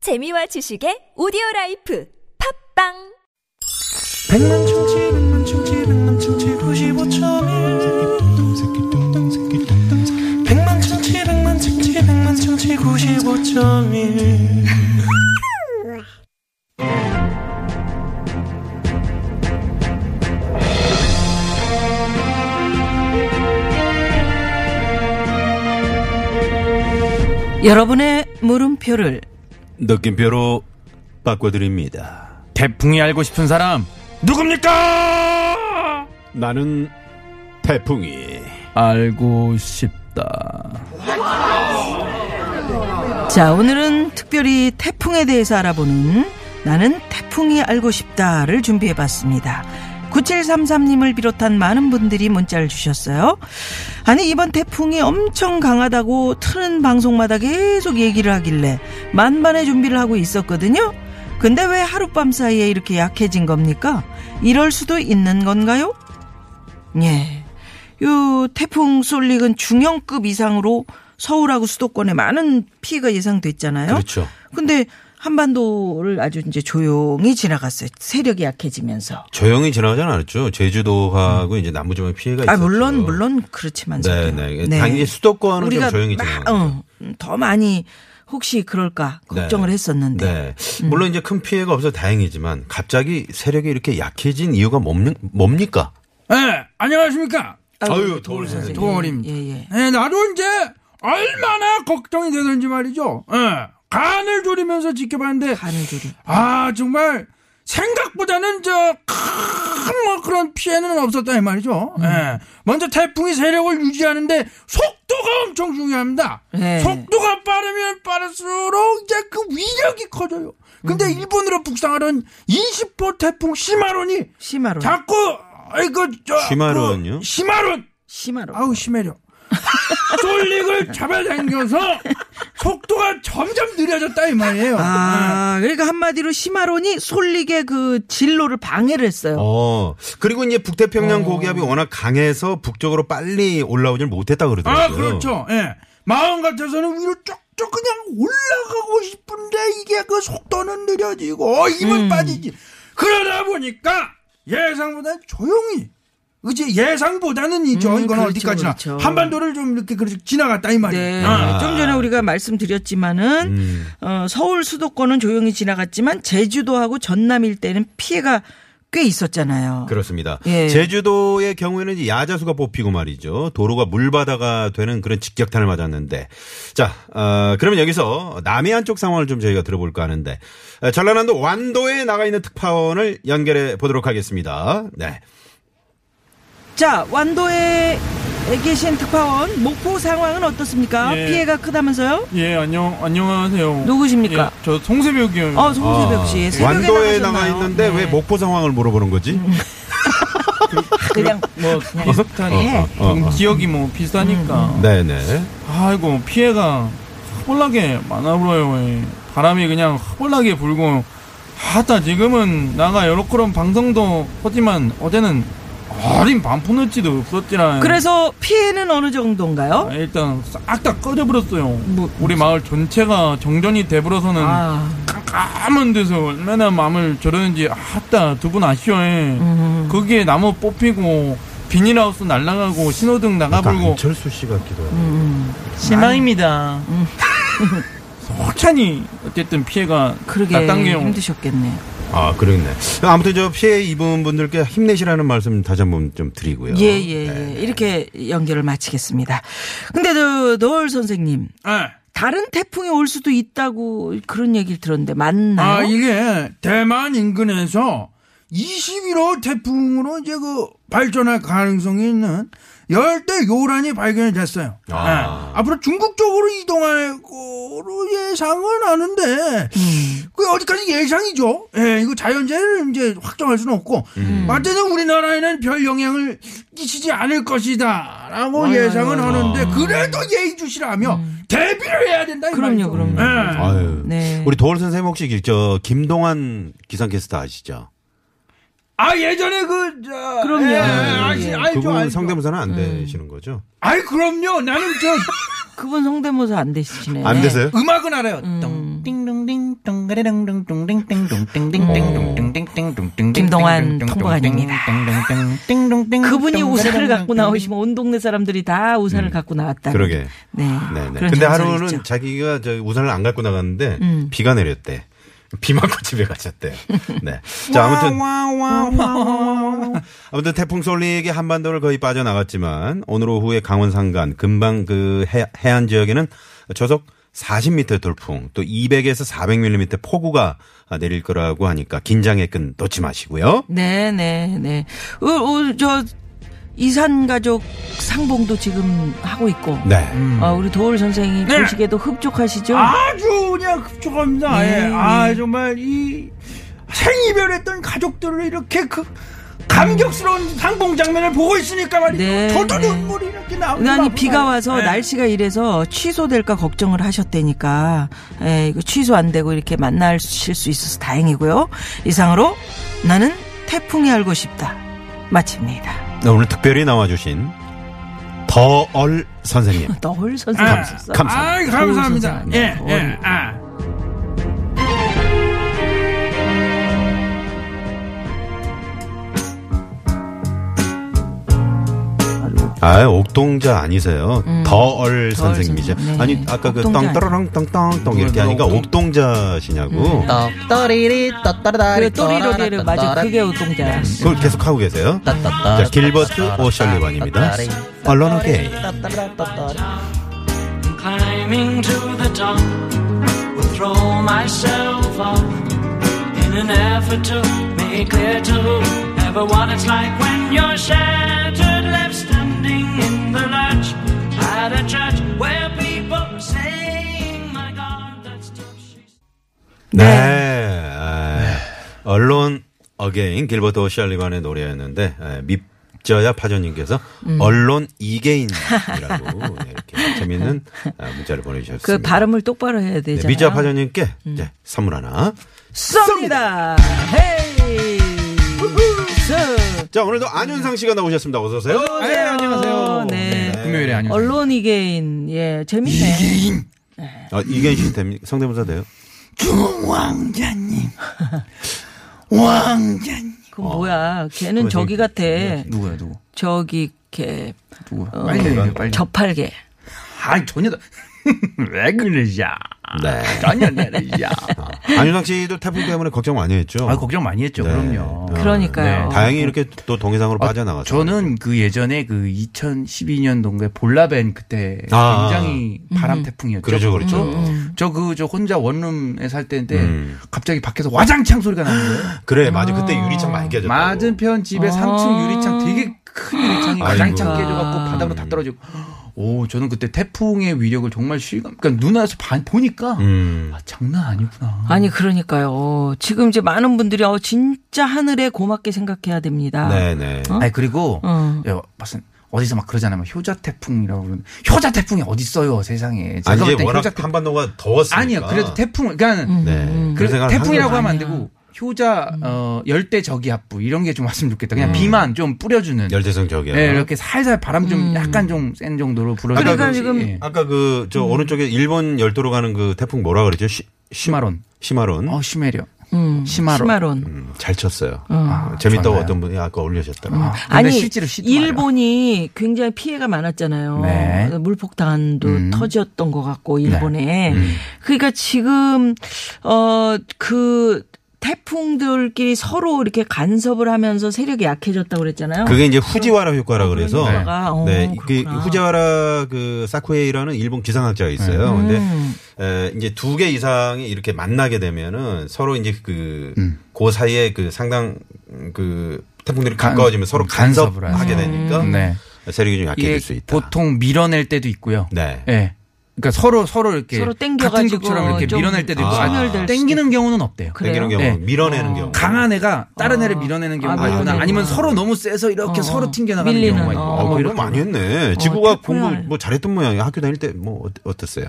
재미와 지식의 오디오 라이프 팝빵 백만 충치 백만 충치 백만 충치 구십오점일 백만 충치 백만 충치 백만 충치 구십오점일 여러분의 물음표를 느낌표로 바꿔드립니다. 태풍이 알고 싶은 사람 누굽니까? 나는 태풍이. 알고 싶다. 자 오늘은 특별히 태풍에 대해서 알아보는 나는 태풍이 알고 싶다를 준비해봤습니다. 9733님을 비롯한 많은 분들이 문자를 주셨어요. 아니 이번 태풍이 엄청 강하다고 트는 방송마다 계속 얘기를 하길래 만반의 준비를 하고 있었거든요. 근데 왜 하룻밤 사이에 이렇게 약해진 겁니까? 이럴 수도 있는 건가요? 예. 요 태풍 솔릭은 중형급 이상으로 서울하고 수도권에 많은 피해가 예상됐잖아요. 그렇죠. 근데 한반도를 아주 이제 조용히 지나갔어요. 세력이 약해지면서. 아, 조용히 지나가진 않았죠. 제주도하고 이제 남부지방 피해가 있었죠. 아 물론 물론 그렇지만 네, 네. 당연히 수도권은 좀 조용히 막, 지나가고. 어, 더 많이 혹시 그럴까 걱정을 네. 했었는데 네. 물론 이제 큰 피해가 없어 다행이지만 갑자기 세력이 이렇게 약해진 이유가 뭡니- 뭡니까? 예, 안녕하십니까? 아유, 도울 선생님. 도원입니다. 예예. 예, 나도 이제 얼마나 걱정이 되는지 말이죠. 예, 간을 졸이면서 지켜봤는데, 간을 조림. 아, 정말 생각보다는 저, 큰 뭐 그런 피해는 없었다, 이 말이죠. 예, 먼저 태풍이 세력을 유지하는데 속도가 엄청 중요합니다. 네. 속도가 빠르면 빠를수록 이제 그 위력이 커져요. 근데 일본으로 북상하던 20호 태풍 시마론이 심하로. 자꾸 이거 저 시마론요? 그 시마론 심하로. 아우 심해려 쫄릭을 잡아당겨서 속도가 점점 느려졌다 이 말이에요. 아, 그러니까 한마디로 시마론이 솔릭의 그 진로를 방해를 했어요. 어. 어. 그리고 이제 북태평양 고기압이 워낙 강해서 북쪽으로 빨리 올라오질 못했다 그러더라고요. 아 그렇죠. 예. 마음 같아서는 위로 쭉쭉 그냥 올라가고 싶은데 이게 그 속도는 느려지고 힘은 음. 빠지지. 그러다 보니까 예상보다 조용히 이제 예상보다는 이죠. 음, 이건 그렇죠, 어디까지나 그렇죠. 한반도를 좀 이렇게 그렇게 지나갔다 이 말이에요. 네. 어. 아. 좀 전에 우리가 말씀드렸지만은 음. 어, 서울 수도권은 조용히 지나갔지만 제주도하고 전남 일대는 피해가 꽤 있었잖아요. 그렇습니다. 예. 제주도의 경우에는 이제 야자수가 뽑히고 말이죠. 도로가 물바다가 되는 그런 직격탄을 맞았는데. 자, 어, 그러면 여기서 남해안 쪽 상황을 좀 저희가 들어볼까 하는데. 에, 전라남도 완도에 나가 있는 특파원을 연결해 보도록 하겠습니다. 네. 자, 완도에 계신 특파원 목포 상황은 어떻습니까? 예. 피해가 크다면서요? 예, 안녕, 안녕하세요. 누구십니까? 예, 저 송세벽 의원. 어, 송세벽 씨. 아, 새벽에 완도에 나가 나가셨나요? 있는데 네. 왜 목포 상황을 물어보는 거지? 그냥 뭐, 비슷한, 예. 해. 어, 어, 어. 지역이 뭐, 비슷하니까. 네네. 아이고, 피해가 허벌나게 많아 불어요. 예. 바람이 그냥 허벌나게 불고. 하다 지금은 나가 여러그런 방송도 하지만 어제는 어린 반푼어치도 없었지라. 그래서 피해는 어느 정도인가요? 아, 일단 싹 다 꺼져버렸어요. 뭐- 우리 마을 전체가 정전이 돼버려서는 아. 깜깜한 데서 얼마나 마음을 저러는지 아따 두 분 아쉬워해 음. 거기에 나무 뽑히고 비닐하우스 날아가고 신호등 나가불고 안철수 씨 같기도 하고. 음. 실망입니다 확찬이 어쨌든 피해가 그러게 낮단계용 힘드셨겠네. 아, 그러네. 아무튼 저 피해 입은 분들께 힘내시라는 말씀 다시 한번 좀 드리고요. 예, 예, 네. 예. 이렇게 연결을 마치겠습니다. 근데 저 노을 선생님, 예. 다른 태풍이 올 수도 있다고 그런 얘기를 들었는데 맞나요? 아 이게 대만 인근에서 21호 태풍으로 이제 그 발전할 가능성이 있는 열대 요란이 발견이 됐어요. 아. 예. 앞으로 중국 쪽으로 이동할 거로 예상은 하는데 음. 그 어디까지 예상이죠? 예, 이거 자연재해를 이제 확정할 수는 없고 마태는 우리나라에는 별 영향을 끼치지 않을 것이다라고 예상은 하는데 그래도 예의주시라며 대비를 해야 된다. 이 음. 그럼요, 말이죠. 그럼요. 예. 네. 아유. 네. 우리 도올 선생님 혹시 저 김동환 기상캐스터 아시죠? 아 예전에 그 저, 그럼요. 네. 예, 예, 아시, 알죠, 그분 음. 알죠. 성대모사는 안 되시는 거죠? 아이 그럼요. 나는 저 그분 성대모사 안 되시네. 안 되세요? 음악은 알아요. 김동완 김동완 통보관입니다. 그분이 우산을 갖고 나오시면 온 동네 사람들이 다 우산을 갖고 나왔다. 음. 그러게. 네. 네, 네. 그런 근데 정설이 하루는 있죠. 음. 자기가 저 우산을 안 갖고 나갔는데 비가 내렸대. 비 맞고 집에 가셨대요. 네. 자, 아무튼 아무튼 태풍 솔리에게 한반도를 거의 빠져나갔지만 오늘 오후에 강원 상간 금방 그 해, 해안 지역에는 저속 40m 돌풍 또 200에서 400mm 폭우가 내릴 거라고 하니까 긴장의 끈 놓지 마시고요. 네, 네, 네. 어, 어, 저 이산 가족 상봉도 지금 하고 있고. 네. 아, 우리 도울 선생이 네. 보시기에도 흡족하시죠? 아주 그냥 급족합니다. 네, 예. 네. 아 정말 이 생이별했던 가족들을 이렇게 그 감격스러운 상봉 장면을 보고 있으니까 말이죠. 네, 저도 네. 눈물이 이렇게 나오고. 아니 비가 와서 날씨가 이래서 취소될까 걱정을 하셨다니까 에, 이거 취소 안 되고 이렇게 만나실 수 있어서 다행이고요 이상으로 나는 태풍이 알고 싶다 마칩니다 오늘 특별히 나와주신 더얼 선생님. 너울 선생님 있었어? 감사합니다. 아 감사합니다. 좋은 예, 선생님. 예. 아. 아, 옥동자 아니세요? 음, 더얼 선생님이죠. 선생님, 네. 아니, 아까 그 옥동자 떵떠러렁 떵떵 이렇게 뭐야, 하니까 옥동자시냐고. 떡떠리리 아, 그래 떡떠르다리 또리로리를 맞아 그게 우동자 그걸 계속 하고 계세요? 자, 자 길버트 오셜리반입니다. 언론 게임. climbing to the top will throw myself off in an effort to make clear to everyone it's like when you're shattered left standing in the lurch at a church where people were saying my god that's tough she's 네. 아, 언론 어게인 길버트 오셜리반의 노래였는데 예, 밉져야 파전님께서 언론 이게인이라고 네, 이렇게 재밌는 아, 문자를 보내주셨습니다. 그 발음을 똑바로 해야 네, 되잖아요 미자 파전님께 이제 선물 하나. 쏩니다 헤이 쏘. 자 오늘도 안윤상 씨가 나오셨습니다. 어서 오세요. 네, 안녕하세요. 네. 금요일에 아니요. 언론 이계인 예 재밌네 아, 이게인 씨 됩니까? 성대모사 돼요? 왕자님. 왕자님. 그 뭐야 걔는 그거 저기 저기- 같아 누구야, 누구? 저기 걔 누구야? 어, 빨리 얘기해, 빨리. 저팔계 아, 전혀 다. 왜 그러냐. 네. 전혀 내리냐. 안윤상 씨도 태풍 때문에 걱정 많이 했죠. 아, 걱정 많이 했죠. 네. 그럼요. 그러니까요. 네, 다행히 이렇게 또 동해상으로 빠져나갔어요. 저는 그 예전에 그 2012년도인가 볼라벤 그때 아. 굉장히 바람 태풍이었죠. 그렇죠, 그렇죠. 음, 저 그 저 혼자 원룸에 살 네. 때인데 음. 갑자기 밖에서 와장창 소리가 나는 거예요. 그래 맞아 그때 유리창 많이 깨졌다고. 맞은편 집에 3층 유리창 되게 큰 유리창이 아이고. 가장창 깨져갖고 바닥으로 다 떨어지고. 오, 저는 그때 태풍의 위력을 정말 실감, 그러니까 눈에서 봐- 보니까 음. 아, 장난 아니구나. 아니 그러니까요. 지금 이제 많은 분들이 어 진짜 하늘에 고맙게 생각해야 됩니다. 네네. 아니 그리고 어. 예, 무슨 어디서 막 그러잖아요. 막 효자 태풍이라고 그러는 효자 태풍이 어디 있어요 세상에. 아, 제가 볼때 이제 워낙 효자 태풍- 한반도가 더웠으니까. 아니요. 그래도 태풍 그러니까 네. 그 그런 생각을 음. 태풍이라고 하는 하면 안 되고 효자 어 열대 저기압부 이런 게 좀 왔으면 좋겠다. 그냥 비만 좀 뿌려주는. 거죠. 음. 열대성 저기요. 음. 예, 이렇게 살살 바람 좀 약간 좀 센 정도로 불어주는. 그러니까 지금 아까 그 저 오른쪽에 일본 열도로 가는 그 태풍 뭐라 그랬죠? 시, 시마론. 시마론. 어 심해려. 음, 심화론. 음, 잘 쳤어요. 재밌다고 좋네요. 어떤 분이 아까 올려셨다고. 아, 아니 아니 실제로 시도 말이야. 일본이 굉장히 피해가 많았잖아요. 그 네. 음. 물폭탄도 터졌던 것 같고 일본에. 그러니까 지금 어 그 태풍들끼리 서로 이렇게 간섭을 하면서 세력이 약해졌다고 그랬잖아요. 그게 이제 후지와라 효과라 그래서 효과가? 어, 네, 그 그렇구나. 후지와라 그 사쿠에이라는 일본 기상학자가 있어요. 음. 근데 에, 이제 두 개 이상이 이렇게 만나게 되면은 서로 이제 그 음. 그 사이에 그 상당 그 태풍들이 가까워지면 서로 간섭을 간섭하게 되니까 네. 세력이 좀 이게 약해질 수 있다. 보통 밀어낼 때도 있고요. 네. 예. 그러니까 서로 서로 이렇게 서로 같은 땡겨가지고 급처럼 이렇게 좀 밀어낼 때도 있고 아. 소멸될 땡기는 경우는 없대요. 당기는 그래요? 경우 네. 밀어내는 경우 강한 애가 다른 애를 밀어내는 경우가 아, 있거나 밀어내는 아니면 거. 서로 너무 세서 이렇게 서로 튕겨나가는 어. 밀리는, 경우가 있고 어. 아, 뭐 그거 이렇게 많이 했네. 지구가 태풍이 공부 알- 뭐 잘했던 모양이야. 학교 다닐 때 뭐 어땠어요?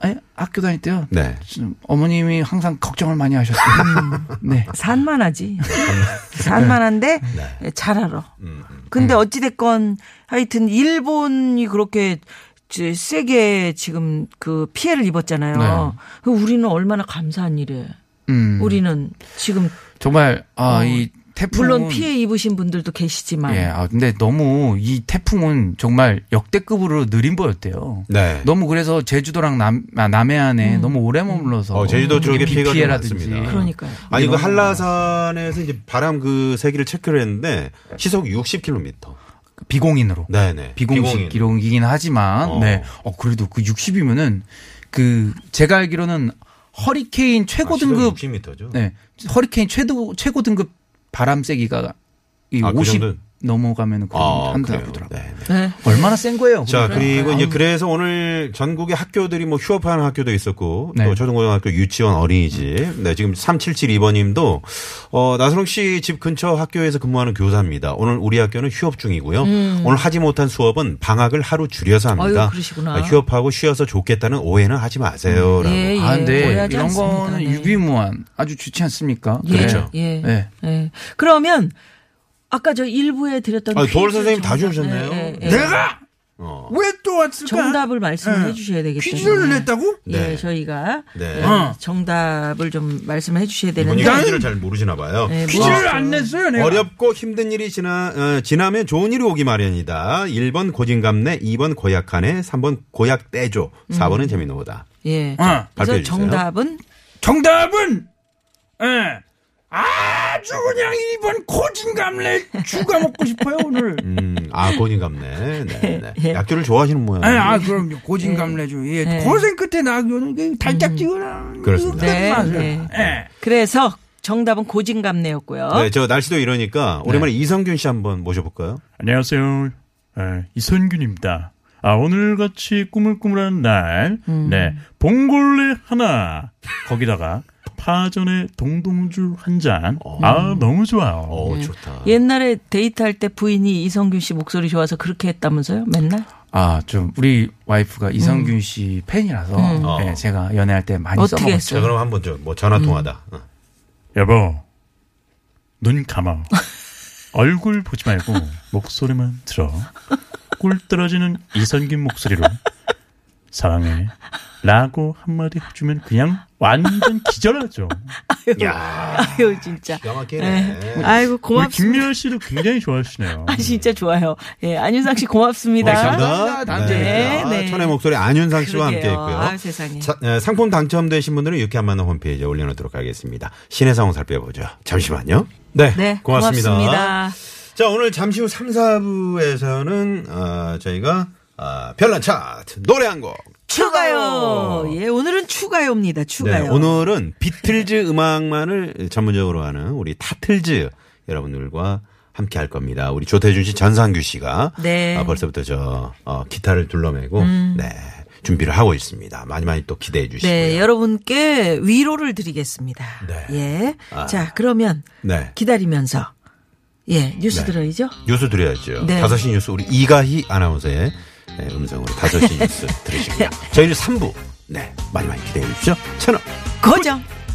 아니, 학교 다닐 때요 네. 좀 어머님이 항상 걱정을 많이 하셨어요 네 산만하지. 산만한데 잘 알아. 근데 어찌됐건 하여튼 일본이 그렇게 제- 세게 지금 그 피해를 입었잖아요. 그 우리는 얼마나 감사한 일이에요. 음. 우리는 지금 정말 아, 이 태풍 어. 뭐. 물론 피해 입으신 분들도 계시지만 예, 아, 근데 너무 이 태풍은 정말 역대급으로 느린 보였대요. 네. 너무 그래서 제주도랑 남, 아, 남해안에 너무 오래 머물러서. 어, 제주도 쪽에 비 피해가 좀 피해라든지. 났습니다. 음. 그러니까요. 아니 그 한라산에서 이제 바람 그 세기를 체크를 했는데 시속 60km. 비공인으로. 네네. 비공식 아, 기록이긴 하지만, 어. 네. 어, 그래도 그 60이면은 그 제가 알기로는 허리케인 최고 아, 등급, 60m죠. 네. 허리케인 최고, 최고 등급 바람 세기가 이 아, 그 50 정도는? 넘어가면은 그런 아, 한다 그래요. 그러더라고요. 네. 네. 얼마나 센 거예요? 자, 그러니까. 그리고 이제 그래서 오늘 전국의 학교들이 뭐 휴업하는 학교도 있었고 네. 또 초등고등학교 유치원 어린이집. 네, 지금 3772번 님도 어, 나선홍 씨 집 근처 학교에서 근무하는 교사입니다. 오늘 우리 학교는 휴업 중이고요. 오늘 하지 못한 수업은 방학을 하루 줄여서 합니다. 아유, 그러시구나. 아, 휴업하고 쉬어서 좋겠다는 오해는 하지 마세요라고. 예, 예. 아, 근데 오해하지 이런 않습니다. 거는 네. 유비무한 아주 좋지 않습니까? 예, 그렇죠. 예, 네. 예. 그러면 아까 저 일부에 드렸던 아, 퀴즈 도올 선생님 다 정답- 주셨네요. 예, 예, 예. 내가 어. 왜 또 왔을까? 정답을 말씀해 예. 주셔야 되기 때문에 퀴즈를 냈다고? 예, 네. 저희가 네. 예, 정답을 좀 말씀해 주셔야 이분이 되는데 퀴즈를 잘 모르시나 봐요. 예, 퀴즈를 뭐- 안 냈어요, 내가. 어렵고 힘든 일이 지나, 어, 지나면 좋은 일이 오기 마련이다. 1번 고진감래, 2번 고약하네, 3번 고약대조, 4번은 재미노다. 예. 어. 발표해 그래서 주세요. 정답은 정답은 예. 아주 그냥 이번 고진감래 죽가 먹고 싶어요 오늘. 음, 아, 고진감래. 네, 네. 약주를 좋아하시는 모양. 예, 아 그럼요 네. 고진감래죠. 예. 고생 끝에 나오는 게 음. 달짝지근한 그렇습니다. 그 네, 맛을. 네. 예. 그래서 정답은 고진감래였고요. 네, 저 날씨도 이러니까 오랜만에 이성균 씨 한번 모셔볼까요? 안녕하세요. 아, 이선균입니다. 아, 오늘같이 꾸물꾸물한 날, 음. 네, 봉골레 하나, 거기다가 파전에 동동주 한 잔. 어. 아, 너무 좋아요. 어, 좋다. 옛날에 데이트할 때 부인이 이성균 씨 목소리 좋아서 그렇게 했다면서요? 맨날? 아, 좀 우리 와이프가 이성균 음. 씨 팬이라서 예, 어. 제가 연애할 때 많이 어떻게 써먹었죠. 자, 그럼 한번 좀, 뭐, 전화통화다. 어. 여보, 눈 감아. 얼굴 보지 말고 목소리만 들어. 꿀 떨어지는 이선균 목소리로 사랑해. 라고 한마디 해주면 그냥 완전 기절하죠. 아유 진짜. 기가 막히네. 예. 아이고 우리 고맙습니다. 김미연 씨도 굉장히 좋아하시네요. 아 진짜 좋아요. 예, 안윤상 씨 고맙습니다. 감사합니다. 아, 다음 주에 뵙죠. 네. 천의 목소리 안윤상 씨와 함께 그러게요. 했고요. 아유, 세상에. 자, 에, 상품 당첨되신 분들은 유쾌한 만남 홈페이지에 올려놓도록 하겠습니다. 신의 상황 살펴보죠. 잠시만요. 네, 네, 고맙습니다. 고맙습니다. 자, 오늘 잠시 후 3, 4부에서는 어, 저희가 어, 별난 차트 노래 한 곡. 추가요. 예, 오늘은 추가요입니다. 추가요. 네, 오늘은 비틀즈 음악만을 전문적으로 하는 우리 타틀즈 여러분들과 함께 할 겁니다. 우리 조태준 씨, 전상규 씨가 네. 음. 아, 벌써부터 저 어, 기타를 둘러매고 네, 준비를 하고 있습니다. 많이 많이 또 기대해 주시고요. 네, 여러분께 위로를 드리겠습니다. 네. 예. 아. 자, 그러면 네. 기다리면서 예, 뉴스 네. 들어야죠. 뉴스 드려야죠. 네. 다섯 시 뉴스 우리 이가희 아나운서의 네, 음성으로 다섯 시 뉴스 들으시고요. 저희는 3부 네, 많이 많이 기대해 주십시오. 채널 고정.